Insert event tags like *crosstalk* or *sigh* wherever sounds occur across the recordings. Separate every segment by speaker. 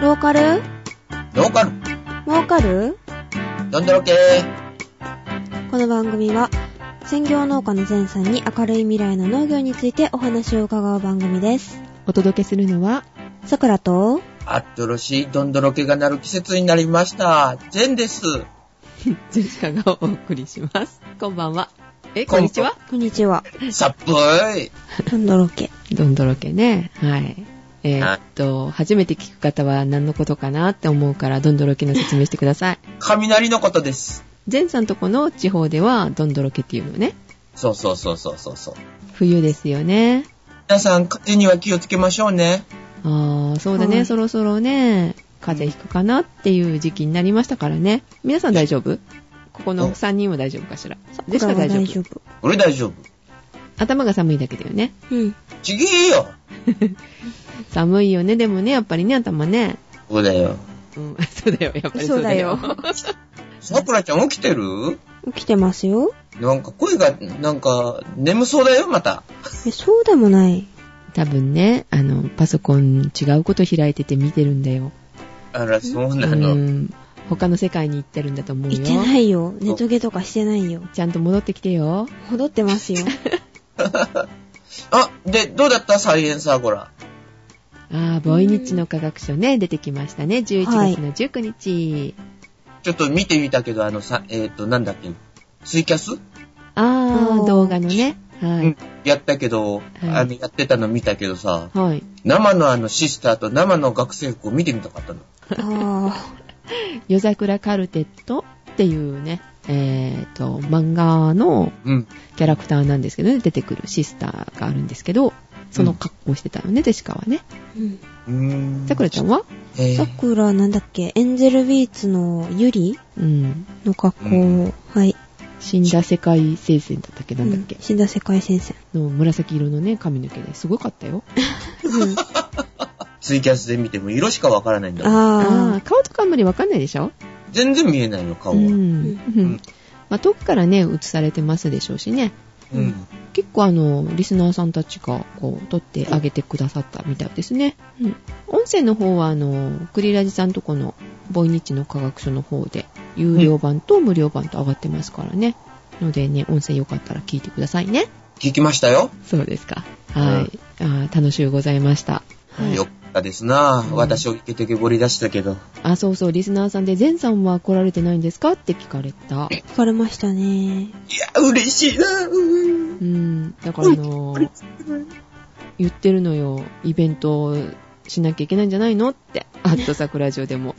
Speaker 1: ローカル
Speaker 2: ローカル、
Speaker 1: 儲かる
Speaker 2: どんどろ系、
Speaker 1: この番組は専業農家の前さんに明るい未来の農業についてお話を伺う番組です
Speaker 3: お届けするのは、
Speaker 1: さくらと
Speaker 2: あっとろしいどんどろ系がなる季節になりました。ジェンです。
Speaker 3: ジェシカがお送りします。こんばんは。え、
Speaker 2: こんばん
Speaker 3: こんにちは。
Speaker 1: こんにちは
Speaker 2: さっぽい。
Speaker 1: なんだろうけ
Speaker 3: どんどろけね。はい。えーっと、初めて聞く方は何のことかなって思うから、どんどろけの説明してくだ *laughs* さい。
Speaker 2: 雷のことです。
Speaker 3: ジェンさんとこの地方では、どんどろけっていうのね。
Speaker 2: そうそうそうそうそうそう。
Speaker 3: 冬ですよね。
Speaker 2: 皆さん、風には気をつけましょうね。
Speaker 3: あー、そうだね、
Speaker 1: はい
Speaker 3: そろそろね、風邪ひくかなっていう時期になりましたからね。皆さん大丈夫ここ
Speaker 2: うん
Speaker 3: の3人は大丈夫かしら。ジェ
Speaker 1: 僕
Speaker 3: シカ
Speaker 1: らは
Speaker 3: 大丈
Speaker 1: 大
Speaker 3: 夫
Speaker 1: 丈。夫
Speaker 2: 俺大丈夫。
Speaker 3: 頭が寒いだけだよね。
Speaker 1: うん
Speaker 2: ちげえよ。
Speaker 3: 寒いよね、でもね、やっぱりね、頭ね。
Speaker 2: そうだよ。
Speaker 3: うん、そうだよ、やっぱり
Speaker 1: そ
Speaker 3: そうう
Speaker 1: だ
Speaker 3: だ
Speaker 1: よ
Speaker 3: よ。
Speaker 2: さくらちゃん起きてる
Speaker 1: 起きてますよ
Speaker 2: なんか声が、なんか、眠そうだよ、また。
Speaker 1: えそうでもない
Speaker 3: 多分ね、あの、パソコン違うこと開いてて見てるんだよ。
Speaker 2: あら、そう
Speaker 3: う
Speaker 2: なの。
Speaker 3: ん。他の世界に行ってるんだと思うよ
Speaker 1: 行っ。てないよネトゲとかしてないよ
Speaker 3: ちゃんと戻ってきてよ。
Speaker 1: 戻ってますよ
Speaker 2: あ、で、どうだったサイエンサーゴラ。
Speaker 3: ああ、ボイニッチの科学書ね、出てきましたね。11
Speaker 1: はい
Speaker 3: 月の19日。
Speaker 2: ちょっと見てみたけど、あのさ、えっ、と、なんだっけ、ツイキャス、
Speaker 3: あ
Speaker 1: お
Speaker 3: あ、
Speaker 1: ー
Speaker 3: 動画のね。は
Speaker 2: うん
Speaker 3: い。
Speaker 2: やったけど、
Speaker 3: い
Speaker 2: あの、やってたの見たけどさ、
Speaker 3: はい。
Speaker 2: 生のあのシスターと生の学生服を見てみたかったの。
Speaker 1: あ
Speaker 3: 夜桜カルテットっていうね、えっ、と、漫画の
Speaker 2: うん。
Speaker 3: キャラクターなんですけどね、出てくるシスターがあるんですけど、その格好してたよね、デシカはね。
Speaker 1: あうん
Speaker 2: うーん。
Speaker 3: さくらちゃんは
Speaker 2: えー
Speaker 1: さくらなんだっけエンゼルビーツのゆり
Speaker 3: うん。
Speaker 1: の格好を、
Speaker 2: うん
Speaker 1: はい
Speaker 3: 死んだ世界聖戦だったっけなんだっけ
Speaker 1: うん、死んだ世界戦線
Speaker 3: の紫色のね、髪の毛ですごかったよ。
Speaker 2: ツイキャスで見ても色しかわからないんだもん。
Speaker 3: あ
Speaker 1: あ
Speaker 3: あ、顔とかあんまりわかんないでしょ
Speaker 2: 全然見えないの、顔
Speaker 3: う
Speaker 2: は。うん。
Speaker 3: ん。うんまあ、遠くからね、映されてますでしょうしね。結構あの、リスナーさんたちが、こう、撮ってあげてくださったみたいですね。うん。音声の方は、あの、クリラジさんとこの、ボイニッチの科学書の方で、有料版と無料版と上がってますからね。のでね、音声よかったら聞いてくださいね。
Speaker 2: 聞きましたよ。
Speaker 3: そうですか。はい。あー楽しゅうございました。はい
Speaker 2: よかったですな、
Speaker 3: うん
Speaker 2: 私をイケテケぼり出したけど。
Speaker 3: あ、そうそう、リスナーさんで、ゼンさんは来られてないんですかって聞かれた。
Speaker 1: あ疲れましたね
Speaker 2: いや、嬉しいなうん
Speaker 3: うん、だからあのー言ってるのよ、イベントをしなきゃいけないんじゃないのって、アットサクラジオでも。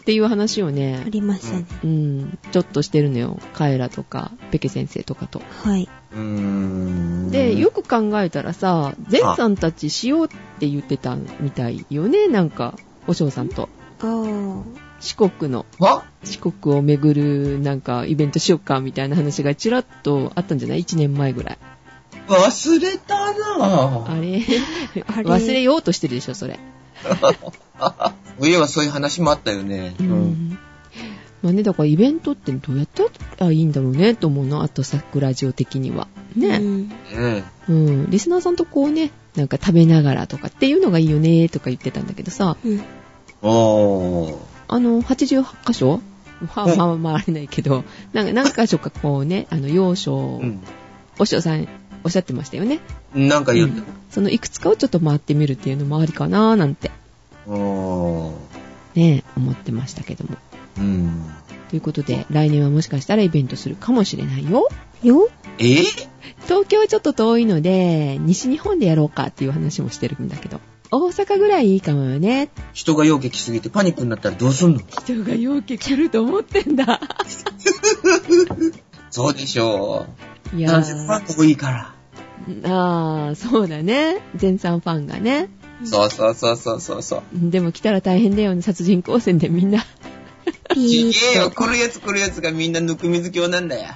Speaker 3: っていう話を
Speaker 1: あ
Speaker 3: ね、
Speaker 1: りましたね、
Speaker 3: うん、ちょっとしてるのよ、カエラとか、ペケ先生とかと。
Speaker 1: はい
Speaker 2: ーん。
Speaker 3: で、よく考えたらさ、ゼンさんたちしようって言ってたみたいよね、なんか、おしょうさんと。
Speaker 1: ああ
Speaker 3: 四国の、
Speaker 2: は
Speaker 3: 四国を巡るなんかイベントしよっかみたいな話がちらっとあったんじゃない ?1 年前ぐらい。
Speaker 2: 忘れたなぁ。
Speaker 3: あれ
Speaker 1: あれ
Speaker 3: *laughs* 忘れようとしてるでしょ、それ。
Speaker 2: *laughs* 上はそういう話もあったよね。うん。
Speaker 3: まあね、だからイベントってどうやったらいいんだろうねと思うの。あと桜ジオ的には。
Speaker 1: う
Speaker 3: ね。
Speaker 1: ん
Speaker 2: うん。
Speaker 3: うん、リスナーさんとこうね、なんか食べながらとかっていうのがいいよねとか言ってたんだけどさ、
Speaker 1: うん
Speaker 2: おー。
Speaker 3: あの、88箇所まあ
Speaker 2: うん
Speaker 3: まあまああれないけど、なんか何箇所かこうね、あの、要所、
Speaker 2: う
Speaker 3: おしさんおっしゃってましたよね。
Speaker 2: ん。なんか言った。
Speaker 3: そのいくつかをちょっと回ってみるっていうのもありかなーなんて、
Speaker 2: おー。
Speaker 3: ね、思ってましたけども。
Speaker 2: うん。
Speaker 3: ということで、来年はもしかしたらイベントするかもしれないよ。
Speaker 1: よ
Speaker 2: えー
Speaker 3: 東京はちょっと遠いので、西日本でやろうかっていう話もしてるんだけど。大阪ぐらいいいかもよね。
Speaker 2: 人が陽気来すぎてパニックになったらどうすんの
Speaker 3: 人が陽気来ると思ってんだ。
Speaker 2: そうでしょ。
Speaker 3: *laughs* いうや
Speaker 2: 何千
Speaker 3: ー、
Speaker 2: 万遠いから。
Speaker 3: あー、そうだね。全さんファンがね。
Speaker 2: そうそうそうそうそうそう。
Speaker 3: でも来たら大変だよね。殺人光線でみんな。
Speaker 2: ち
Speaker 3: *laughs*
Speaker 1: ピ
Speaker 2: げえ
Speaker 1: ー
Speaker 2: よ、
Speaker 1: ッと
Speaker 2: 来るやつ来るやつがみんなぬくみずきょうなんだよ。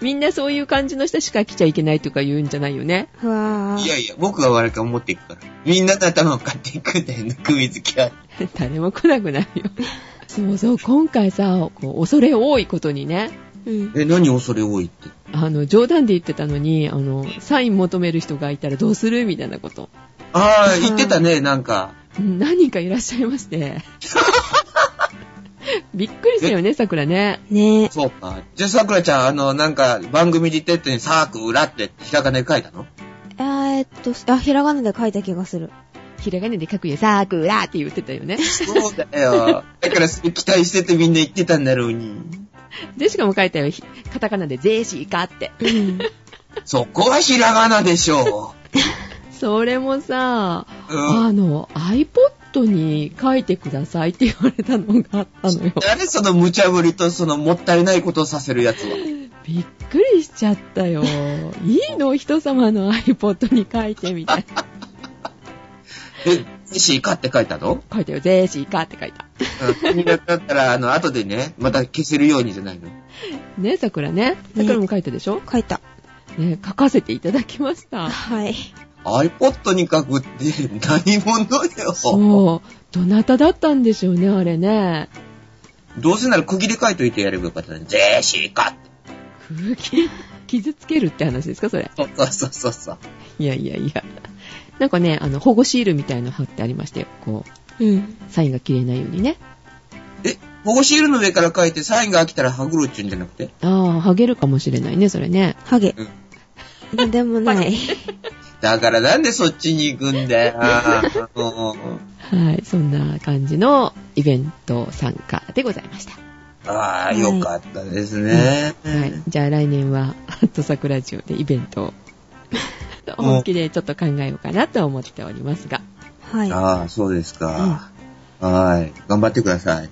Speaker 3: みんなそういう感じの人しか来ちゃいけないとか言うんじゃないよね。
Speaker 1: うわあ
Speaker 2: いやいや、僕が悪く思っていくから。みんなの頭を買っていくんだよ、ぬくみずきは。
Speaker 3: *laughs* 誰も来なくなるよ。そうそう、今回さ、こう恐れ多いことにね、
Speaker 1: うん
Speaker 2: え、何恐れ多いって。
Speaker 3: あの、冗談で言ってたのに、あの、サイン求める人がいたらどうするみたいなこと。
Speaker 2: ああ、言ってたね、なんか。
Speaker 3: うん何人かいらっしゃいま *laughs* して。びっくりするよね、桜ね。
Speaker 1: ねえ。
Speaker 2: そうか。じゃあ、桜ちゃん、あの、なんか、番組で言ってたように、サーク裏って、ひらがなで書いたの
Speaker 1: えー、っと、あ、ひらがなで書いた気がする。
Speaker 3: ひらがなで書くよ、桜って言ってたよね。
Speaker 2: そうだよ。だから、それ期待しててみんな言ってたんだろうに。
Speaker 3: で、しかも書いたよ、ひカタカナでゼーシーカって。
Speaker 1: うん。
Speaker 2: そこはひらがなでしょ
Speaker 3: それもさ、
Speaker 2: う。うん。
Speaker 3: あの、iPod に書いてくださいって言われたのがあったのよ。
Speaker 2: 誰その無茶ぶりとそのもったいないことをさせるやつは。
Speaker 3: びっくりしちゃった *laughs* よ。いいの人様の iPod に書いてみたいな。
Speaker 2: え、ジシーかって書いたの
Speaker 3: 書いたよ、ゼーシーカって書いた。
Speaker 2: うん。気になったら、あの、後でね、また消せるようにじゃないの。
Speaker 3: ね、桜ね。桜も書いたでしょ
Speaker 1: *laughs* 書いた。
Speaker 3: ね、書かせていただきました。
Speaker 1: はい。
Speaker 2: iPod に書くって何者よ。
Speaker 3: そう。どなただったんでしょうね、あれね。
Speaker 2: どうせなら区切り書いといてやればよかったね。ジェシーかって。
Speaker 3: 空気、傷つけるって話ですか、それ。
Speaker 2: そうそうそうそう。
Speaker 3: いやいやいや。なんかね、あの、保護シールみたいの貼ってありまして、こう、
Speaker 1: うん。
Speaker 3: サインが切れないようにね。
Speaker 2: え、保護シールの上から書いてサインが飽きたらはぐるっちゅうんじゃなくて
Speaker 3: ああ、剥げるかもしれないね、それね。
Speaker 1: ハゲ。
Speaker 2: うん
Speaker 1: なんでもない。
Speaker 2: だからなんでそっちに行くんだ
Speaker 3: *laughs*
Speaker 2: よ。あの
Speaker 3: はい、そんな感じのイベント参加でございました。
Speaker 2: ああ、よかったですね。
Speaker 3: はい、じゃあ来年は、ハットサクラジオでイベントを、本気でちょっと考えようかなと思っておりますが。
Speaker 1: はい。
Speaker 2: ああ、そうですか。はい。頑張ってください。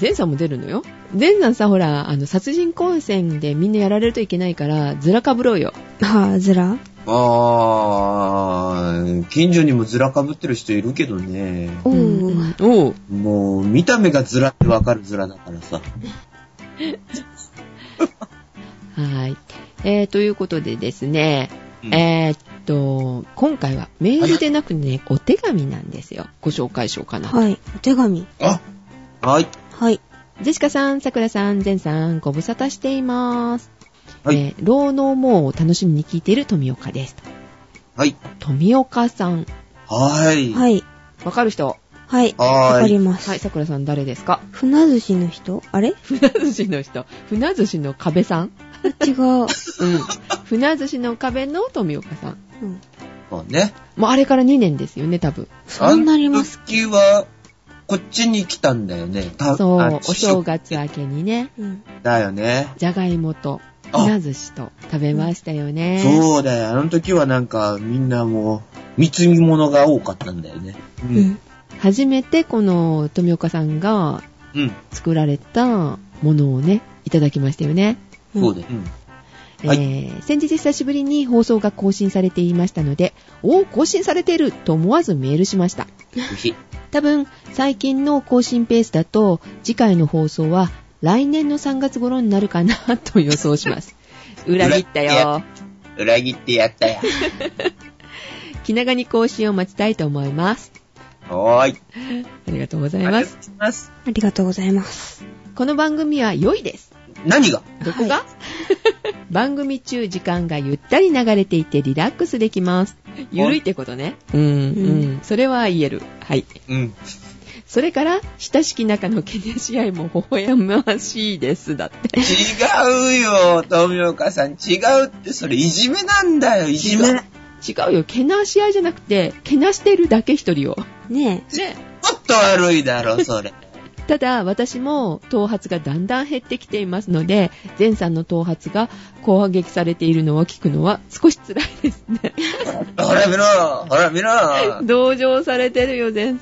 Speaker 3: 前さんも出るのよ。前さんさ、ほら、あの、殺人混戦でみんなやられるといけないから、ずらかぶろうよ。
Speaker 1: はぁ、ずら
Speaker 2: ああ、近所にもズラかぶってる人いるけどね。
Speaker 1: お
Speaker 3: う
Speaker 1: ー
Speaker 3: ん。おう。
Speaker 2: もう、見た目がズラってわかるズラだからさ。
Speaker 3: はい。えー、ということでですね、
Speaker 2: うん
Speaker 3: えー、っと、今回はメールでなくね、お手紙なんですよ。ご紹介しようかな。
Speaker 1: はい。お手紙。
Speaker 2: あはい。
Speaker 1: はい。
Speaker 3: ジェシカさん、さくらさん、ゼンさん、ご無沙汰しています。
Speaker 2: はい
Speaker 3: えー老能もを楽しみに聞いている富岡です。
Speaker 2: はい。
Speaker 3: 富岡さん、
Speaker 2: はい。
Speaker 1: はい。
Speaker 3: わかる人
Speaker 1: はい。
Speaker 2: はーい
Speaker 1: わかります。
Speaker 3: はい、さくらさん誰ですか
Speaker 1: 船寿司の人あれ
Speaker 3: 船寿司の人。船寿司の壁さん
Speaker 1: 違う。
Speaker 3: うん。 *laughs* 船寿司の壁の富岡さん。
Speaker 1: うん。
Speaker 2: そうね。
Speaker 3: もうあれから2年ですよね、多分。
Speaker 1: そうなります。
Speaker 2: あの時は、こっちに来たんだよね。た
Speaker 3: そ
Speaker 2: あ
Speaker 3: う、お正月明けにね、
Speaker 1: うん。
Speaker 2: だよね。
Speaker 3: じゃがいもと、
Speaker 2: あ
Speaker 3: ひな寿司と食べましたよね。
Speaker 2: そうだよ。あの時はなんか、みんなもう、貢ぎ物が多かったんだよね。う
Speaker 1: う。ん。
Speaker 3: 初めてこの富岡さんが
Speaker 2: うん。
Speaker 3: 作られたものをね、いただきましたよね。
Speaker 1: うん
Speaker 2: そうだよ。うん。はい
Speaker 3: えー先日久しぶりに放送が更新されていましたので、おー更新されていると思わずメールしました。
Speaker 2: 美味しい。
Speaker 3: 多分、最近の更新ペースだと、次回の放送は来年の3月頃になるかなと予想
Speaker 2: *laughs*
Speaker 3: します。裏切ったよ。
Speaker 2: 裏切ってやったよ。
Speaker 3: 気長に更新を待ちたいと思います。
Speaker 2: はーい。
Speaker 3: ありがとうござ
Speaker 2: あ
Speaker 3: い
Speaker 2: りが
Speaker 3: ま
Speaker 2: とう
Speaker 3: す。
Speaker 2: ございます。
Speaker 1: ありがとうございます。
Speaker 3: この番組は良いです。
Speaker 2: 何が
Speaker 3: どこが、 *laughs* 番組中時間がゆったり流れていてリラックスできます。ゆるいってことね。うん、うん。それは言える。はい。
Speaker 2: うん。
Speaker 3: それから、親しき仲のケニア試合も微笑ましいです。だって。
Speaker 2: 違うよ、富岡さん。違うって、それいじめなんだよ、いじめ。
Speaker 3: 違う
Speaker 2: も
Speaker 3: 違うよ。けなし合いじゃなくて、けなしてるだけ一人を。
Speaker 1: ね
Speaker 3: ね。
Speaker 2: っと悪いだろ、それ。
Speaker 3: ただ、私も頭髪がだんだん減ってきていますので、前さんの頭髪が攻撃されているのを聞くのは少し辛いですね。
Speaker 2: ほら見ろ、ほら見ろ。
Speaker 3: *laughs* 同情されてるよ、前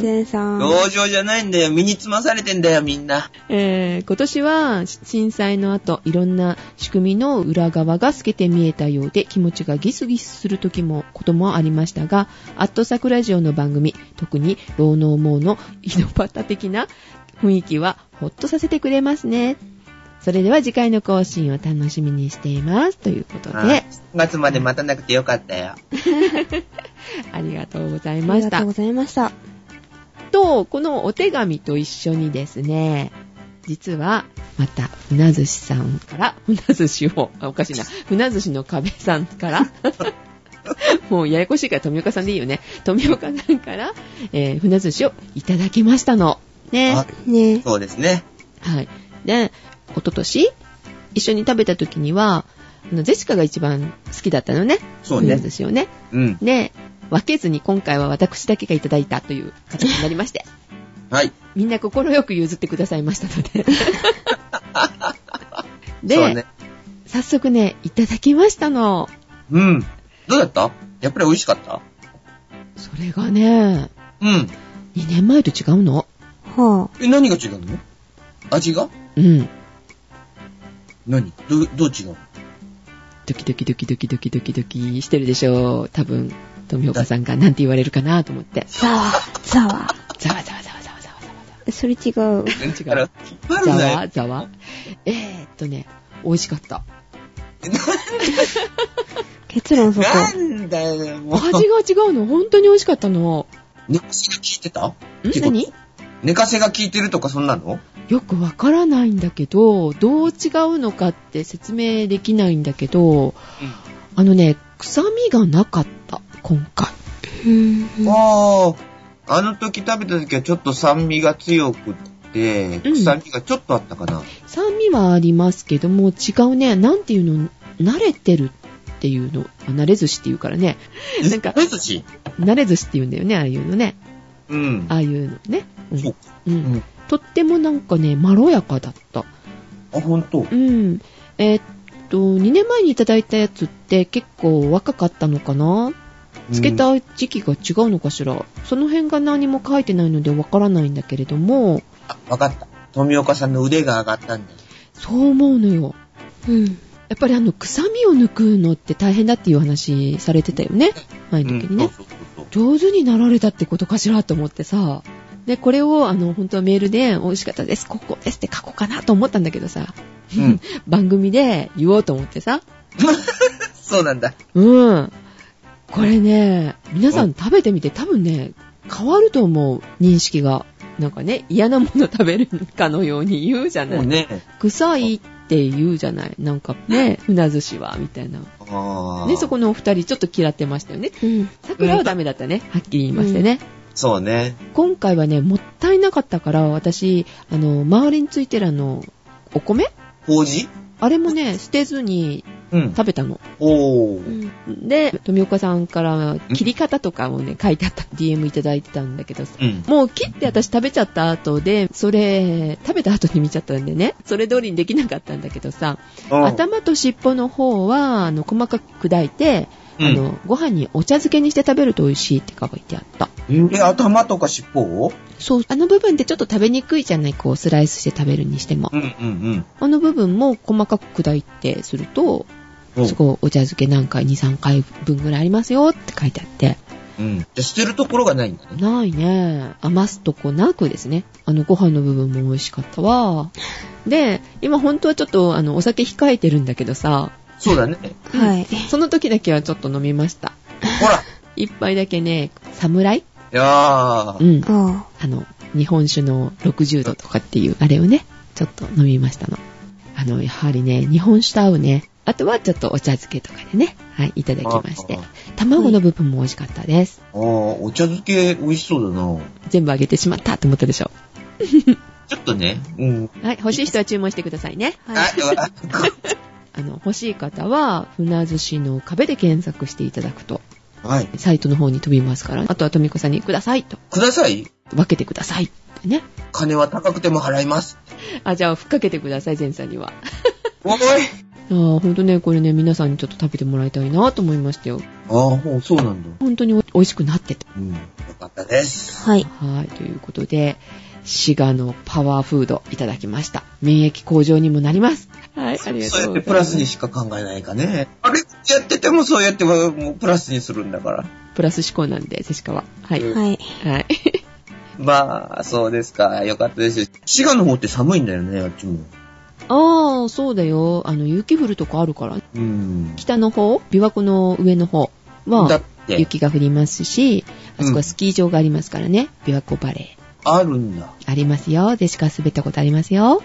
Speaker 1: え。
Speaker 3: ん。
Speaker 1: ゼンさん。
Speaker 2: 同情じゃないんだよ、身につまされてんだよ、みんな。
Speaker 3: えー今年は震災の後、いろんな仕組みの裏側が透けて見えたようで、気持ちがギスギスする時も、こともありましたが、アットサクラジオの番組、特に、老能網の井戸端的な雰囲気は、ほっとさせてくれますね。それでは次回の更新を楽しみにしています。ということ
Speaker 2: 3
Speaker 3: で、
Speaker 2: 月まで待たなくてよかったよ。
Speaker 3: ありがとうござい
Speaker 1: あ
Speaker 3: ま
Speaker 1: り
Speaker 3: し
Speaker 1: がと
Speaker 3: た
Speaker 1: うご。ざいました。
Speaker 3: と、このお手紙と一緒にですね、実は、また、船寿司さんから、船寿司を、あ、おかしいな、船寿司の壁さんから、 *laughs* もうややこしいから富岡さんでいいよね。富岡さんから、えー、船寿司をいただきましたの。ね。
Speaker 2: あ
Speaker 1: ね
Speaker 2: そうですね。
Speaker 3: はい。で、一昨年一緒に食べた時には、あのゼシカが一番好きだったのね。
Speaker 2: そうね
Speaker 3: 船寿司をね。
Speaker 2: うん。
Speaker 3: で、分けずに今回は私だけがいただいたという形になりまして。
Speaker 2: はい。
Speaker 3: みんな心よく譲ってくださいましたので。で、
Speaker 2: そうね。
Speaker 3: 早速ね、いただきましたの。
Speaker 2: うん。どうだったやっぱり美味しかった
Speaker 3: それがね、
Speaker 2: うん。
Speaker 3: 2年前と違うの。
Speaker 1: は
Speaker 2: え、何が違うの味が
Speaker 3: うん。
Speaker 2: 何ど、どう違うの
Speaker 3: ドキドキドキドキドキドキドキしてるでしょう。多分、富岡さんがなんて言われるかなと思って
Speaker 1: ぁ。。ざわ、ざわ。
Speaker 3: ざわざわざわざわざわざわざわ。
Speaker 1: それ違う。
Speaker 3: 違
Speaker 2: あら
Speaker 3: う。
Speaker 2: 引っ張る
Speaker 3: ざ
Speaker 2: なよ
Speaker 3: わざわ。えーっとね、美味しかった。
Speaker 1: 結論そこ。
Speaker 2: なんだよ、もう。
Speaker 3: 味が違うの。本当に美味しかったの。
Speaker 2: 寝かせが効いてた
Speaker 3: ん何
Speaker 2: 寝かせが効いてるとかそんなの
Speaker 3: よくわからないんだけど、どう違うのかって説明できないんだけど、あのね、臭みがなかった、今回。
Speaker 1: うん。
Speaker 2: ああ、あの時食べた時はちょっと酸味が強くって、
Speaker 3: うん
Speaker 2: 臭みがちょっとあったかな。
Speaker 3: 酸味はありますけども、違うね、なんていうの、慣れてるっていうの、あ慣れ寿司っていうからね、なんか
Speaker 2: え寿司
Speaker 3: 慣れ寿司っていうんだよね、ああいうのね、
Speaker 2: うん。
Speaker 3: ああいうのね。うん
Speaker 2: そうう
Speaker 3: う
Speaker 2: んん。
Speaker 3: とってもなんかね、まろやかだった。
Speaker 2: あ、ほんと
Speaker 3: うん。えーっと、2年前にいただいたやつって結構若かったのかなつけ
Speaker 2: うん
Speaker 3: た時期が違うのかしら、その辺が何も書いてないのでわからないんだけれども、
Speaker 2: あわかった。富岡さんの腕が上がったんだ。
Speaker 3: そう思うのよ。
Speaker 1: うん。
Speaker 3: やっぱりあの、臭みを抜くのって大変だっていう話されてたよね。前の時にね。
Speaker 2: うんそうそうそう
Speaker 3: 上手になられたってことかしらと思ってさ。で、これをあの、本当はメールで、美味しかったです、ここですって書こうかなと思ったんだけどさ、
Speaker 2: そう。
Speaker 3: *laughs*
Speaker 2: うん。
Speaker 3: 番組で言おうと思ってさ。
Speaker 2: そうなんだ。
Speaker 3: うん。これね、皆さ
Speaker 2: うん
Speaker 3: 食べてみて多分ね、変わると思う、認識が。なんかね、嫌なもの食べるかのように言うじゃな
Speaker 2: もう
Speaker 3: い。
Speaker 2: ね。
Speaker 3: 臭いって言うじゃない。なんかね、船寿司は、みたいな。
Speaker 2: ああ。
Speaker 3: ね、そこのお二人ちょっと嫌ってましたよね。
Speaker 1: うん。
Speaker 3: 桜はダメだったね。はっきり言いましてね。
Speaker 2: そうね。
Speaker 3: 今回はね、もったいなかったから、私、あの、周りについてるあの、お米
Speaker 2: ほうじ
Speaker 3: あれもね、捨てずに
Speaker 2: うん。
Speaker 3: 食べたの。
Speaker 2: お
Speaker 1: う
Speaker 2: ー。
Speaker 1: ん。
Speaker 3: で、富岡さんから切り方とかをね、書いてあった DM いただいてたんだけどさ。
Speaker 2: うん。
Speaker 3: もう切って私食べちゃった後で、それ、食べた後に見ちゃったんでね、それ通りにできなかったんだけどさ、
Speaker 2: うん、
Speaker 3: 頭と尻尾の方は、あの、細かく砕いて、
Speaker 2: うん
Speaker 3: あの、ご飯にお茶漬けにして食べると美味しいって書いてあった。
Speaker 2: え、頭とか尻尾を
Speaker 3: そう、あの部分ってちょっと食べにくいじゃない、こう、スライスして食べるにしても。
Speaker 2: うんうん
Speaker 3: あの部分も細かく砕いてすると、
Speaker 2: うん。
Speaker 3: そこお茶漬け何回、2、3回分ぐらいありますよって書いてあって。
Speaker 2: うん。じゃあ捨てるところがないんだね。
Speaker 3: ないね。余すとこなくですね。あの、ご飯の部分も美味しかったわ。で、今本当はちょっと、あの、お酒控えてるんだけどさ、
Speaker 2: そう *laughs* だね。
Speaker 1: はい。
Speaker 3: その時だけはちょっと飲みました。
Speaker 2: ほら。
Speaker 3: 一杯だけね、侍
Speaker 2: いや
Speaker 3: う
Speaker 2: ー。
Speaker 3: ん。
Speaker 1: あ
Speaker 3: あの、日本酒の60度とかっていう、あれをね、ちょっと飲みましたの。あの、やはりね、日本酒と合うね。あとはちょっとお茶漬けとかでね、はい、いただきまし
Speaker 2: あ。
Speaker 3: て卵の部分も美味しかったです。
Speaker 2: あー、お茶漬け美味しそうだな。
Speaker 3: 全部あげてしまったと思ったでしょ。
Speaker 2: ちょっとね。うん。
Speaker 3: はい、欲しい人は注文してくださいね。
Speaker 1: あ。は
Speaker 2: あ、
Speaker 1: い。
Speaker 2: では、 *laughs*
Speaker 3: あの、欲しい方は、船寿司の壁で検索していただくと、
Speaker 2: はい。
Speaker 3: サイトの方に飛びますから、あとは富子さんにくださいと、
Speaker 2: ください。
Speaker 3: 分けてくださいってね。
Speaker 2: 金は高くても払います。
Speaker 3: あ、じゃあ、ふっかけてください、前さんには。
Speaker 2: おい。
Speaker 3: あーほんとね、これね、皆さんにちょっと食べてもらいたいなと思いましたよ。
Speaker 2: ああ、ほう、そうなんだ。
Speaker 3: 本当にお美味しくなってた。
Speaker 2: うん。よかったです。
Speaker 1: はい。
Speaker 3: はい、ということで、滋賀のパワーフードいただきました。免疫向上にもなります。はい、あり
Speaker 2: そ
Speaker 3: が
Speaker 2: うやっ
Speaker 3: とうござ
Speaker 2: て
Speaker 3: います。
Speaker 2: プラスにしか考えないかね。あれやっててもそうやってはもうプラスにするんだから。
Speaker 3: プラス思考なんで、セシカは。はい。
Speaker 2: うん
Speaker 1: はい。
Speaker 3: はい。
Speaker 2: まあ、そうですか。よかったです。滋賀の方って寒いんだよね、あっちも。
Speaker 3: ああ、そうだよ。あの、雪降るとこあるから。
Speaker 2: うん。
Speaker 3: 北の方、琵琶湖の上の方
Speaker 2: だ
Speaker 3: は
Speaker 2: って、
Speaker 3: 雪が降りますし、
Speaker 2: う
Speaker 3: あ
Speaker 2: ん
Speaker 3: そこはスキー場がありますからね。琵琶湖バレ
Speaker 2: あるんだ。
Speaker 3: ー。ありますよ。でしか滑ったことありますよ。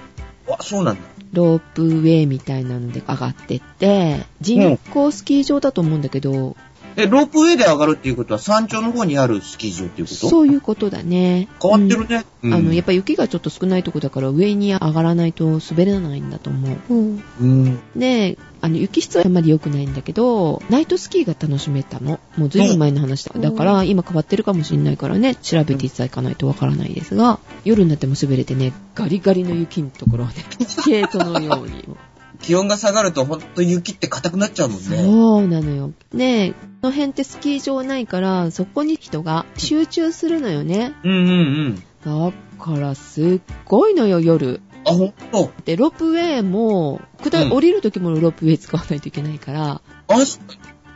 Speaker 2: あ、そうなんだ。
Speaker 3: ロープウェイみたいなので上がってって、人工スキー場だと思うんだけど、
Speaker 2: え、ロープウェイで上がるっていうことは山頂の方にあるスキー場っていうこと
Speaker 3: そういうことだね。
Speaker 2: 変わってるね。
Speaker 3: うん。あの、やっ
Speaker 2: ぱ
Speaker 3: ぱ雪がちょっと少ないとこだから上に上がらないと滑れないんだと思う。
Speaker 1: うん。
Speaker 2: うん。
Speaker 3: で、あの、雪質はあんまり良くないんだけど、ナイトスキーが楽しめたの。もうずいぶん前の話だ。
Speaker 1: うん
Speaker 3: だから、今変わってるかもしんないからね、調べていただかないとわからないですが、夜になっても滑れてね、ガリガリの雪のところをね、 *laughs* スケートのように。
Speaker 2: 気温が下がるとほんと雪って硬くなっちゃうもんね。
Speaker 3: そうなのよ。で、この辺ってスキー場ないから、そこに人が集中するのよね。
Speaker 2: うんうんうん。
Speaker 3: だから、すっごいのよ、夜。
Speaker 2: あ、ほんと
Speaker 3: で、ロープウェイも、下
Speaker 2: うん
Speaker 3: 降りる時もロープウェイ使わないといけないから、
Speaker 2: あ、そ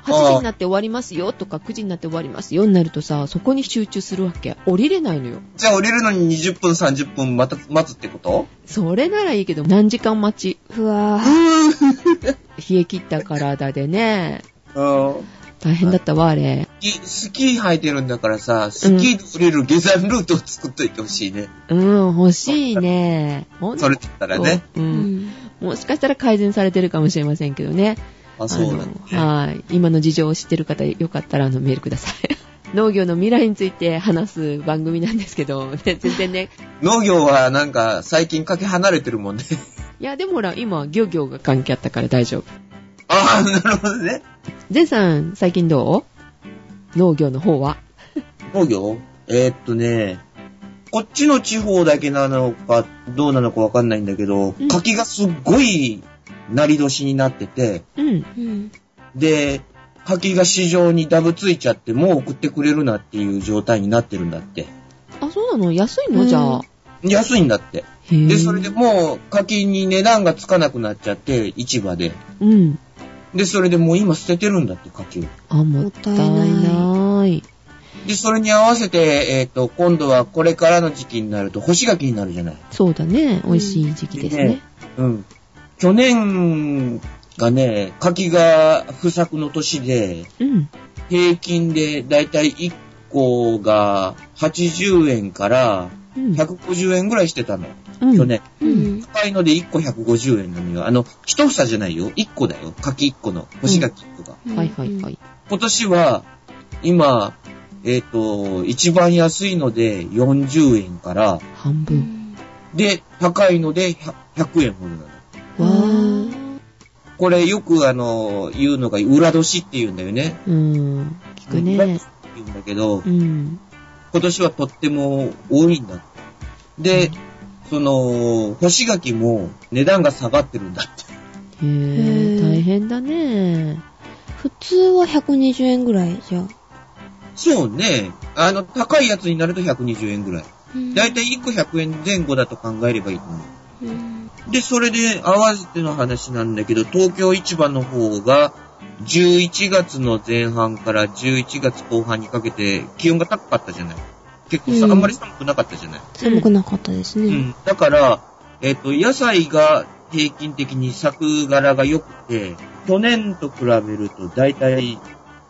Speaker 3: 8時になって終わりますよとか9時になって終わりますよになるとさ、そこに集中するわけ。降りれないのよ。
Speaker 2: じゃあ降りるのに20分30分また待つってこと
Speaker 3: それならいいけど、何時間待ち。
Speaker 1: ふわ
Speaker 2: う
Speaker 1: ぁ。
Speaker 2: ー
Speaker 3: 冷え切った体でね、
Speaker 2: ん。うん
Speaker 3: 大変だったわ、あれ。
Speaker 2: スキースキー履いてるんだからさ、スキーで降りる下山ルートを作っといてほしいね。
Speaker 3: うん、欲しいね。ほん
Speaker 2: そ
Speaker 3: と
Speaker 2: れだったらね。。
Speaker 3: う。
Speaker 1: うんん。
Speaker 3: もしかしたら改善されてるかもしれませんけどね。
Speaker 2: あ、そうな
Speaker 3: あ
Speaker 2: んだ、ね。
Speaker 3: のはい。今の事情を知ってる方、よかったらあのメールください。 *laughs* 農業の未来について話す番組なんですけど、ね、全然ね。
Speaker 2: 農業はなんか最近かけ離れてるもんね。 *laughs*
Speaker 3: いや、でもほら、今、漁業が関係あったから大丈夫。
Speaker 2: ああ、なるほどね。
Speaker 3: ゼンさん、最近どう農業の方は
Speaker 2: 農業えーっとね、こっちの地方だけなのかどうなのかわかんないんだけど
Speaker 3: うん、
Speaker 2: 柿がすっごいなり年になってて、
Speaker 3: うん。
Speaker 1: うん。
Speaker 2: で、柿が市場にダブついちゃって、もう送ってくれるなっていう状態になってるんだって。
Speaker 3: あ、そうなの安いの、
Speaker 1: うん
Speaker 3: じゃあ。
Speaker 2: 安いんだって。
Speaker 3: へえ
Speaker 2: で、それでもう柿に値段がつかなくなっちゃって、市場で。
Speaker 3: うん。
Speaker 2: で、それでもう今捨ててるんだって、柿を。
Speaker 3: あ、もったいない。
Speaker 2: で、それに合わせて、えーっ、と、今度はこれからの時期になると、干し柿になるじゃない。
Speaker 3: そうだね。美味しい時期ですね。
Speaker 2: うん。去年がね、柿が不作の年で、
Speaker 3: うん。
Speaker 2: 平均でだいたい1個が80円から
Speaker 3: うん。
Speaker 2: 150円ぐらいしてたの。
Speaker 3: うん
Speaker 2: 去年。
Speaker 1: う
Speaker 3: うん。
Speaker 1: ん。。
Speaker 2: 高いので1個150円なのよ。あの、一房じゃないよ。1個だよ。柿1個の。干し柿1個が。
Speaker 3: はいはいはいい。
Speaker 2: 今年は、今、えっ、と、一番安いので40円から、
Speaker 3: 半
Speaker 1: う
Speaker 3: 分。
Speaker 1: ん。
Speaker 2: で、高いので100円ほどなの。
Speaker 1: うん
Speaker 3: わー。
Speaker 2: これよくあの、言うのが裏年って言うんだよね。
Speaker 3: うん。聞く
Speaker 2: 裏年
Speaker 3: ね
Speaker 2: って。言うんだけど
Speaker 3: う、ん。
Speaker 2: 今年はとっても多いんだ。で、その、干し柿も値段が下がってるんだって。
Speaker 3: へえ、
Speaker 1: へえ
Speaker 3: 大変だね。
Speaker 1: 普通は120円ぐらいじゃあ。
Speaker 2: そうね。あの、高いやつになると120円ぐらい。だいたい1個100円前後だと考えればいいと思
Speaker 1: うん。
Speaker 2: う。で、それで合わせての話なんだけど、東京市場の方が、11月の前半から11月後半にかけて気温が高かったじゃない。結構さ、
Speaker 1: うん
Speaker 2: あんまり寒くなかったじゃない。
Speaker 1: 寒くなかったです
Speaker 2: う
Speaker 1: ね。
Speaker 2: ん。だから、えっ、と、野菜が平均的に作柄が良くて、去年と比べると大体、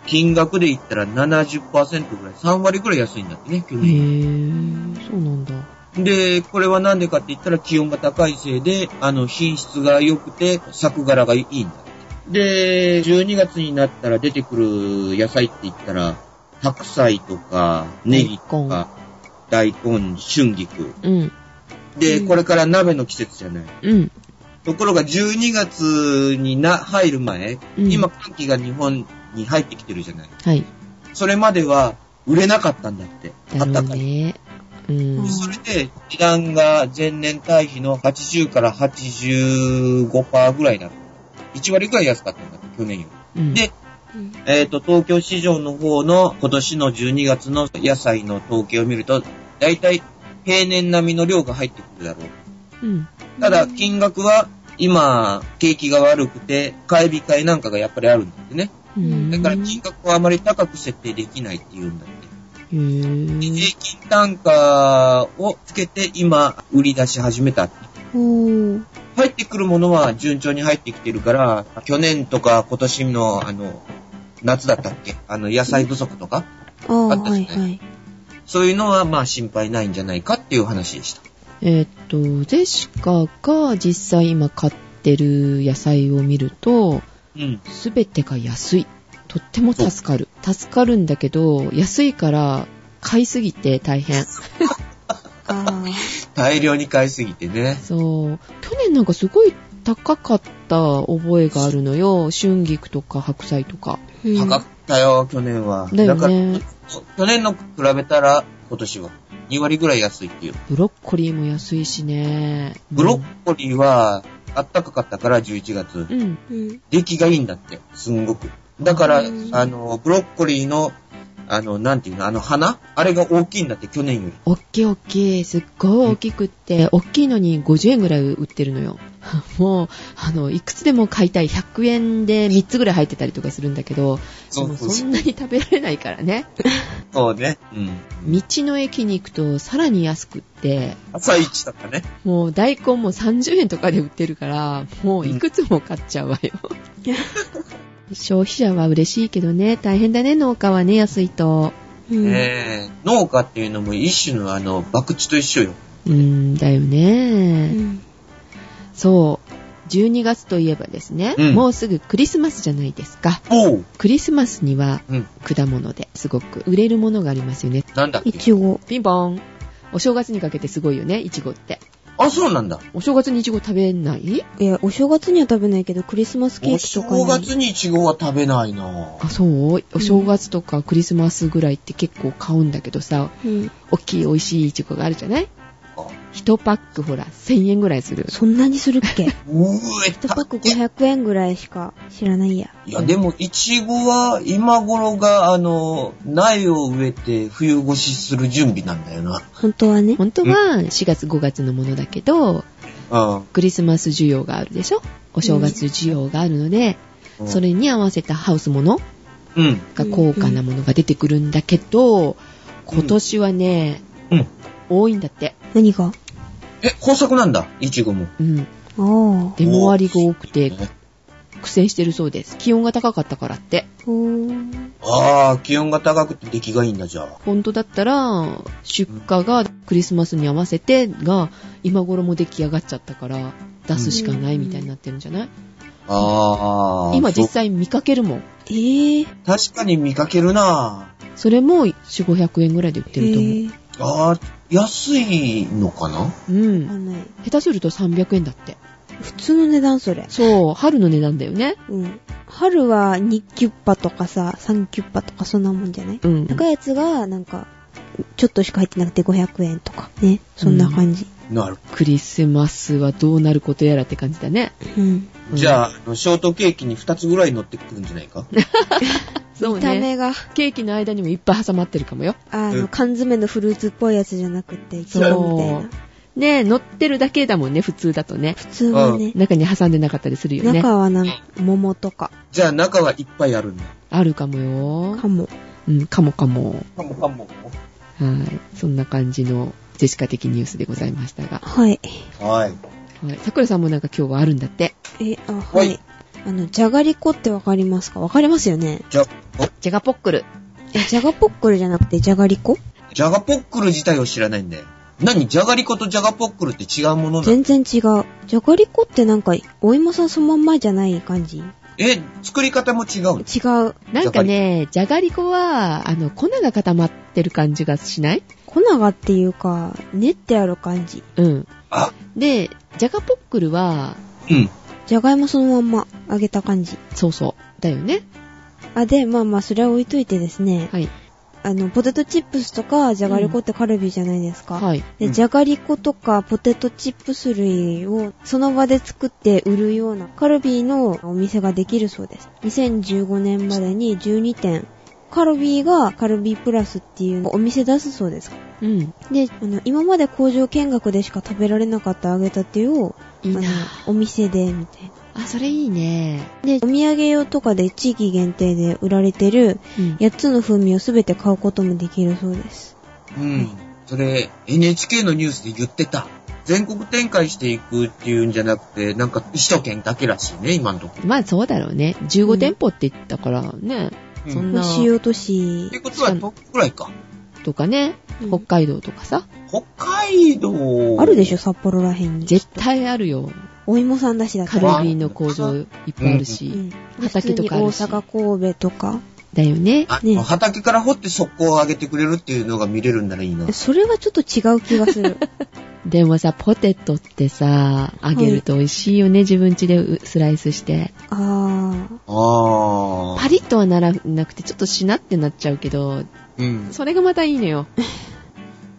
Speaker 2: 金額で言ったら70%ぐらい、3割ぐらい安いんだってね、去
Speaker 3: へ
Speaker 2: 年。
Speaker 3: え、そうなんだ。
Speaker 2: で、これはなんでかって言ったら気温が高いせいで、あの、品質が良くて、作柄がいいんだって。で、12月になったら出てくる野菜って言ったら、白菜とか、ネギとか、大根、春菊。
Speaker 3: うん。
Speaker 2: で、
Speaker 1: うん
Speaker 2: これから鍋の季節じゃない。
Speaker 3: うん。
Speaker 2: ところが12月にな、入る前、
Speaker 3: うん
Speaker 2: 今寒気が日本に入ってきてるじゃない。
Speaker 3: はい。
Speaker 2: それまでは売れなかったんだって。
Speaker 3: だ
Speaker 2: あっ
Speaker 3: ろ
Speaker 2: た
Speaker 3: う
Speaker 2: かい。
Speaker 3: ね。うん。
Speaker 2: それで、値段が前年対比の80から85%ぐらいだった。1割ぐらい安かったんだって、去年よ
Speaker 3: うん
Speaker 2: でり。えっ、と、東京市場の方の今年の12月の野菜の統計を見ると、だいたい平年並みの量が入ってくるだろう。
Speaker 3: うん。
Speaker 2: ただ、金額は、今、景気が悪くて、買い控えなんかがやっぱりあるんだってね。
Speaker 3: うん
Speaker 2: だから金額はあまり高く設定できないっていうんだって。
Speaker 3: へー
Speaker 2: 平均単価をつけて今、売り出し始めた。
Speaker 1: おー。
Speaker 2: 入ってくるものは順調に入ってきてるから、去年とか今年の、あの、夏だったっけあの、野菜不足とか、
Speaker 1: ああ、
Speaker 2: あった
Speaker 1: は
Speaker 2: し
Speaker 1: い
Speaker 2: ね
Speaker 1: はい。
Speaker 2: そういうのはまあ心配ないんじゃないかっていう話でした。
Speaker 3: えーっと、ゼシカが実際今買ってる野菜を見ると、
Speaker 2: うん。
Speaker 3: すべてが安い。とっても助かる。助かるんだけど、安いから買いすぎて大変。
Speaker 1: あ
Speaker 2: 大量に買いすぎてね。
Speaker 3: そう。去年なんかすごい高かった覚えがあるのよ。春菊とか白菜とか。
Speaker 1: ー
Speaker 2: 高かったよ、去年は。
Speaker 3: だよ
Speaker 2: なん
Speaker 3: ね
Speaker 2: か、去年の比べたら、今年は2割ぐらい安いっていう。
Speaker 3: ブロッコリーも安いしね。
Speaker 2: ブロッコリーは、あったかかったから、11月。
Speaker 3: うん。うん。
Speaker 1: うん。
Speaker 2: 出来がいいんだって、すんごく。だから、
Speaker 1: うん
Speaker 2: あの、ブロッコリーの、あの、なんていうの、あの花あれが大きいんだって、去年より。
Speaker 3: おっきいおっきい。すっごい大きくって、おっきいのに50円ぐらい売ってるのよ。 *laughs* もう、あの、いくつでも買いたい。100円で3つぐらい入ってたりとかするんだけど、
Speaker 2: そう
Speaker 3: もう
Speaker 2: そう
Speaker 3: そ
Speaker 2: そ
Speaker 3: ん
Speaker 2: う。
Speaker 3: なに食べられないからね。
Speaker 2: そうね。うん。
Speaker 3: 道の駅に行くとさらに安くって、
Speaker 2: 朝一とかね。
Speaker 3: もう大根も30円とかで売ってるから、もういくつも買っちゃうわよ。
Speaker 2: *laughs*
Speaker 3: *laughs* 消費者は嬉しいけどね、大変だね、農家はね、安いと。
Speaker 1: うん
Speaker 2: ねえ農家っていうのも一種のあの、博打と一緒よ。
Speaker 3: うーん、だよ
Speaker 1: う
Speaker 3: ね。
Speaker 1: ん
Speaker 3: そう。12月といえばですね、
Speaker 2: うん
Speaker 3: もうすぐクリスマスじゃないですか。
Speaker 2: おう
Speaker 3: クリスマスには
Speaker 2: うん。
Speaker 3: 果物ですごく売れるものがありますよね。
Speaker 2: なんだっ
Speaker 1: い
Speaker 2: け
Speaker 1: ちご。
Speaker 3: ピンポーン。お正月にかけてすごいよね、イチゴって。
Speaker 2: あ、そうなんだ。
Speaker 3: お正月にイチゴ食べない
Speaker 1: いや、お正月には食べないけど、クリスマスケ
Speaker 2: お
Speaker 1: ーキとかに。
Speaker 2: 正月にイチゴは食べないな
Speaker 3: あ、そうお正月とかクリスマスぐらいって結構買うんだけどさ、
Speaker 1: うん。
Speaker 3: おっきい美味しいイチゴがあるじゃない一パックほら、1000円ぐらいする。
Speaker 1: そんなにする
Speaker 2: *laughs*
Speaker 1: っけ
Speaker 2: うえ、
Speaker 1: 1パック
Speaker 2: 高い
Speaker 1: 500円ぐらいしか知らないや。
Speaker 2: いや、でも、イチゴは、今頃が、あの、苗を植えて、冬越しする準備なんだよな。
Speaker 1: 本当はね。
Speaker 3: 本当は4月5月のものだけど、
Speaker 2: うん
Speaker 3: クリスマス需要があるでしょお正月需要があるので、
Speaker 2: うん。
Speaker 3: それに合わせたハウスもの
Speaker 2: うん。
Speaker 3: が高価なものが出てくるんだけど、今年はね、
Speaker 2: うん。
Speaker 3: 多いんだって。
Speaker 1: 何が
Speaker 2: え、豊作なんだ、イチゴも。
Speaker 3: うん。
Speaker 1: ああ。
Speaker 3: 出回りが多くて
Speaker 2: ね
Speaker 3: 苦戦してるそうです。気温が高かったからって。
Speaker 1: ほー
Speaker 2: ああ、気温が高くて出来がいいんだ、じゃあ。
Speaker 3: 本当だったら、出荷がクリスマスに合わせてが、今頃も出来上がっちゃゃったから、出すしかないみたいになってるんじゃない
Speaker 2: ああ。
Speaker 3: 今実
Speaker 2: そう
Speaker 3: 際見かけるもん。
Speaker 1: ええ
Speaker 2: 確かに見かけるな
Speaker 3: それも4、500円ぐらいで売ってると思
Speaker 1: ええ
Speaker 2: ああ、安いのかな
Speaker 3: う。う
Speaker 1: わか
Speaker 3: ん。
Speaker 1: んない。
Speaker 3: 下手すると300円だって。
Speaker 1: 普通の値段それ。
Speaker 3: そう、春の値段だよね。
Speaker 1: うん。春は2キュッパとかさ、3キュッパとかそんなもんじゃない
Speaker 3: うん。
Speaker 1: 高いやつが、なんか、ちょっとしか入ってなくて500円とか。ね。そんな感じ。
Speaker 2: なる。
Speaker 3: クリスマスはどうなることやらって感じだね。
Speaker 1: うん。
Speaker 3: うん
Speaker 2: じゃあ、あのショートケーキに2つぐらい乗ってくるんじゃないか
Speaker 3: そう
Speaker 1: 見た
Speaker 3: ね。
Speaker 1: 目が、
Speaker 3: ケーキの間にもいっぱい挟まってるかもよ。
Speaker 1: あ
Speaker 2: う
Speaker 1: の、
Speaker 2: ん
Speaker 1: 缶詰のフルーツっぽいやつじゃなくて、いちごみたい
Speaker 3: そ
Speaker 1: な
Speaker 3: う。。ねえ、乗ってるだけだもんね、普通だとね。
Speaker 1: 普通はね、
Speaker 3: 中に挟んでなかったりするよね。
Speaker 1: 中はなんか、桃とか、
Speaker 2: *laughs* じゃあ中はいっぱいあるんだ。
Speaker 3: あるかもよ
Speaker 1: か。も。
Speaker 3: うん、かもかも。
Speaker 2: かもかも。
Speaker 3: はい。そんな感じのジェシカ的ニュースでございましたが。
Speaker 1: はい。
Speaker 2: はい。
Speaker 3: はい。さくらさんもなんか今日はあるんだって。
Speaker 1: え、あ、は
Speaker 2: はい
Speaker 1: い。あの、じゃがりこってわかりますかわかりますよね。
Speaker 2: じゃ、
Speaker 3: ジャガポックル。
Speaker 1: え、じゃがポックルじゃなくて、じゃがりこ
Speaker 2: ジャガポックル自体を知らないんだよ。何ジャガリコとジャガポックルって違うものなの
Speaker 1: 全然違う。じゃがりこってなんか、お芋さんそのまんまじゃない感じ違
Speaker 2: え、作り方も違うの
Speaker 1: う。
Speaker 3: なんかね、じゃがりこは、あの、粉が固まってる感じがしない
Speaker 1: 粉がっていうか、練ってある感じ。
Speaker 3: うん。
Speaker 2: あ、
Speaker 3: で、じゃがポックルは、
Speaker 2: うん。
Speaker 1: じゃがいもそのまんま揚げた感じ。
Speaker 3: そうそう。だよね。
Speaker 1: あ、で、まあまあ、それは置いといてですね。
Speaker 3: はい。
Speaker 1: あの、ポテトチップスとか、じゃがりこってカルビーじゃないですか。
Speaker 3: はい。
Speaker 1: で、
Speaker 2: うん
Speaker 1: じゃがりことかポテトチップス類をその場で作って売るようなカルビーのお店ができるそうです。2015年までに12店。カルビーがカルビープラスっていうお店出すそうです。
Speaker 3: うん。
Speaker 1: で、あの、今まで工場見学でしか食べられなかった揚げたてを、
Speaker 3: いい
Speaker 1: あ
Speaker 3: な
Speaker 1: の、お店で、みたいな。
Speaker 3: あ、それいいね。
Speaker 1: で、お土産用とかで地域限定で売られてる
Speaker 3: うん。
Speaker 1: 8つの風味をすべて買うこともできるそうです。
Speaker 2: うん。それ、NHK のニュースで言ってた。全国展開していくっていうんじゃなくて、なんか首都圏だけらしいね、今のとこ
Speaker 3: まあそうだろうね。
Speaker 1: う
Speaker 3: 15
Speaker 1: ん
Speaker 3: 店舗って言ったからね、
Speaker 2: ろ。
Speaker 3: そんな
Speaker 1: 主要都市
Speaker 2: ってことは、
Speaker 3: そう
Speaker 2: どっくらいか。
Speaker 3: とかね、
Speaker 1: うん
Speaker 3: 北海道とかさ、
Speaker 2: 北海道。
Speaker 1: あるでしょ、札幌らへんに。
Speaker 3: 絶対あるよ。
Speaker 1: お芋さんだしだ
Speaker 3: カ
Speaker 1: か
Speaker 3: ルビ
Speaker 1: ら。
Speaker 3: ーの工場いっぱいある
Speaker 1: う
Speaker 3: し。
Speaker 1: ん、
Speaker 3: 畑とかあるし
Speaker 1: 普通に大阪、神戸とか、
Speaker 3: だよね。
Speaker 2: あ
Speaker 1: ね
Speaker 2: 畑から掘って速攻を上げてくれるっていうのが見れるんならいいな。
Speaker 1: それはちょっと違う気がす
Speaker 3: *laughs*
Speaker 1: る。
Speaker 3: でもさ、ポテトってさ、揚げると美味しいよね、自分家でうスライスして。
Speaker 1: あー。
Speaker 2: あ
Speaker 3: パリッとはならなくて、ちょっとしなってなっちゃうけど、
Speaker 2: あ。うん。
Speaker 3: それがまたいいのよ。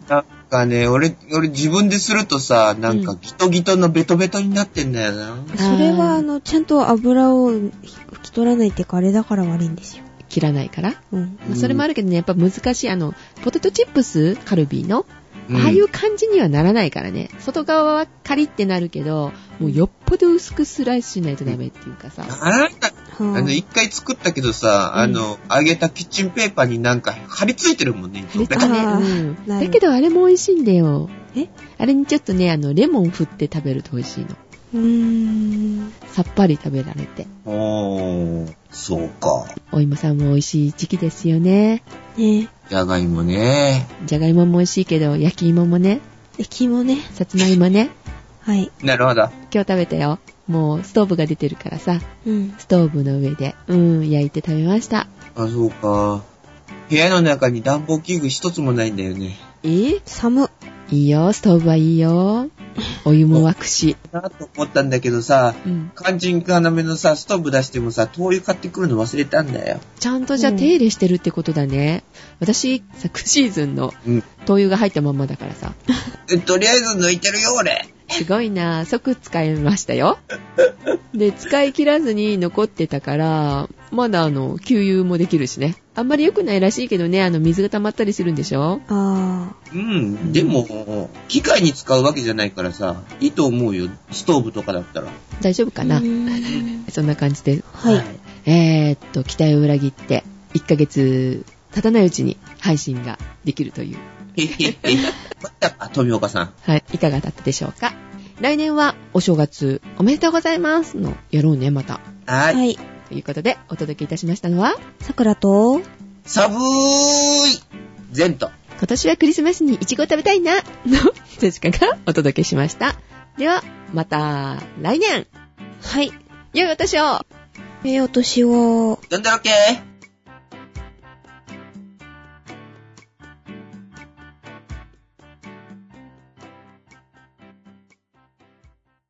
Speaker 2: なんかね、俺、俺自分でするとさ、なんか
Speaker 3: うん
Speaker 2: ギトギトのベトベトになってんだよな。
Speaker 1: それは、あの、ちゃんと油を拭き取らないっていうか、あれだから悪いんですよ。
Speaker 3: 切らないから。
Speaker 1: うん。
Speaker 3: まあそれもあるけどね、やっぱ難しい。あの、ポテトチップス、カルビーの、
Speaker 2: うん
Speaker 3: ああいう感じにはならないからね。外側はカリってなるけど、もうよっぽど薄くスライスしないとダメっていうかさ。
Speaker 2: あなんか、あの、
Speaker 1: は
Speaker 2: 一回作ったけどさ、
Speaker 3: うん
Speaker 2: あの、揚げたキッチンペーパーになんか貼り付いてるもんね。
Speaker 3: カリ
Speaker 2: ベ
Speaker 3: ッ
Speaker 2: タッ
Speaker 3: とね。
Speaker 1: あー
Speaker 3: うん
Speaker 1: なる
Speaker 3: だけどあれも美味しいんだよ。
Speaker 1: え
Speaker 3: あれにちょっとね、あの、レモン振って食べると美味しいの。
Speaker 1: うーん。
Speaker 3: さっぱり食べられて。
Speaker 2: おー、そうか。
Speaker 3: お芋さんも美味しい時期ですよね。
Speaker 1: ね
Speaker 2: じゃがいもね。
Speaker 3: じゃがいもも美味しいけど、焼き芋もね、
Speaker 1: え。駅もね。
Speaker 3: さつまいもね、
Speaker 1: はい。
Speaker 2: なるほど。
Speaker 3: 今日食べたよ。もうストーブが出てるからさ、
Speaker 1: うん。
Speaker 3: ストーブの上で、うん、焼いて食べました。
Speaker 2: あ、そうか。部屋の中に暖房器具一つもないんだよね。
Speaker 3: えー
Speaker 1: 寒。
Speaker 3: いいよ、ストーブはいいよ。お湯も沸くし。
Speaker 2: なと思ったんだけどさ、
Speaker 3: うん。
Speaker 2: 肝心要のさ、ストーブ出してもさ、灯油買ってくるの忘れたんだよ。
Speaker 3: ちゃんとじゃあ
Speaker 1: うん
Speaker 3: 手入れしてるってことだね。私、昨シーズンの
Speaker 2: うん。
Speaker 3: 灯油が入ったまんまだから
Speaker 1: *laughs*
Speaker 3: さ。
Speaker 2: えとりあえず抜いてるよ、俺。
Speaker 3: すごいなぁ即使いましたよ。で、使い切らずに残ってたから、まだあの、給油もできるしね。あんまり良くないらしいけどね、あの、水が溜まったりするんでしょ
Speaker 1: あ
Speaker 2: うん、でも、機械に使うわけじゃないからさ、いいと思うよ。ストーブとかだったら。
Speaker 3: 大丈夫
Speaker 1: ー。
Speaker 3: かな
Speaker 1: うーん
Speaker 3: そんな感じで。
Speaker 1: はい。
Speaker 3: えー、っと、期待を裏切って、1ヶ月経たないうちに配信ができるという。
Speaker 2: へへへ。 *laughs* またか、富岡さん。
Speaker 3: はい、いかがだったでしょうか来年はお正月おめでとうございますのやろうね、また。
Speaker 1: は
Speaker 2: は。
Speaker 1: いい。
Speaker 3: ということで、お届けいたしましたのは、
Speaker 1: 桜と、
Speaker 2: 寒い前途。
Speaker 3: 今年はクリスマスにイチゴ食べたいな、の、ジェシカがお届けしました。では、また来年
Speaker 1: はい。
Speaker 3: 良いお年を
Speaker 1: えー、お年を。
Speaker 2: なんだろけ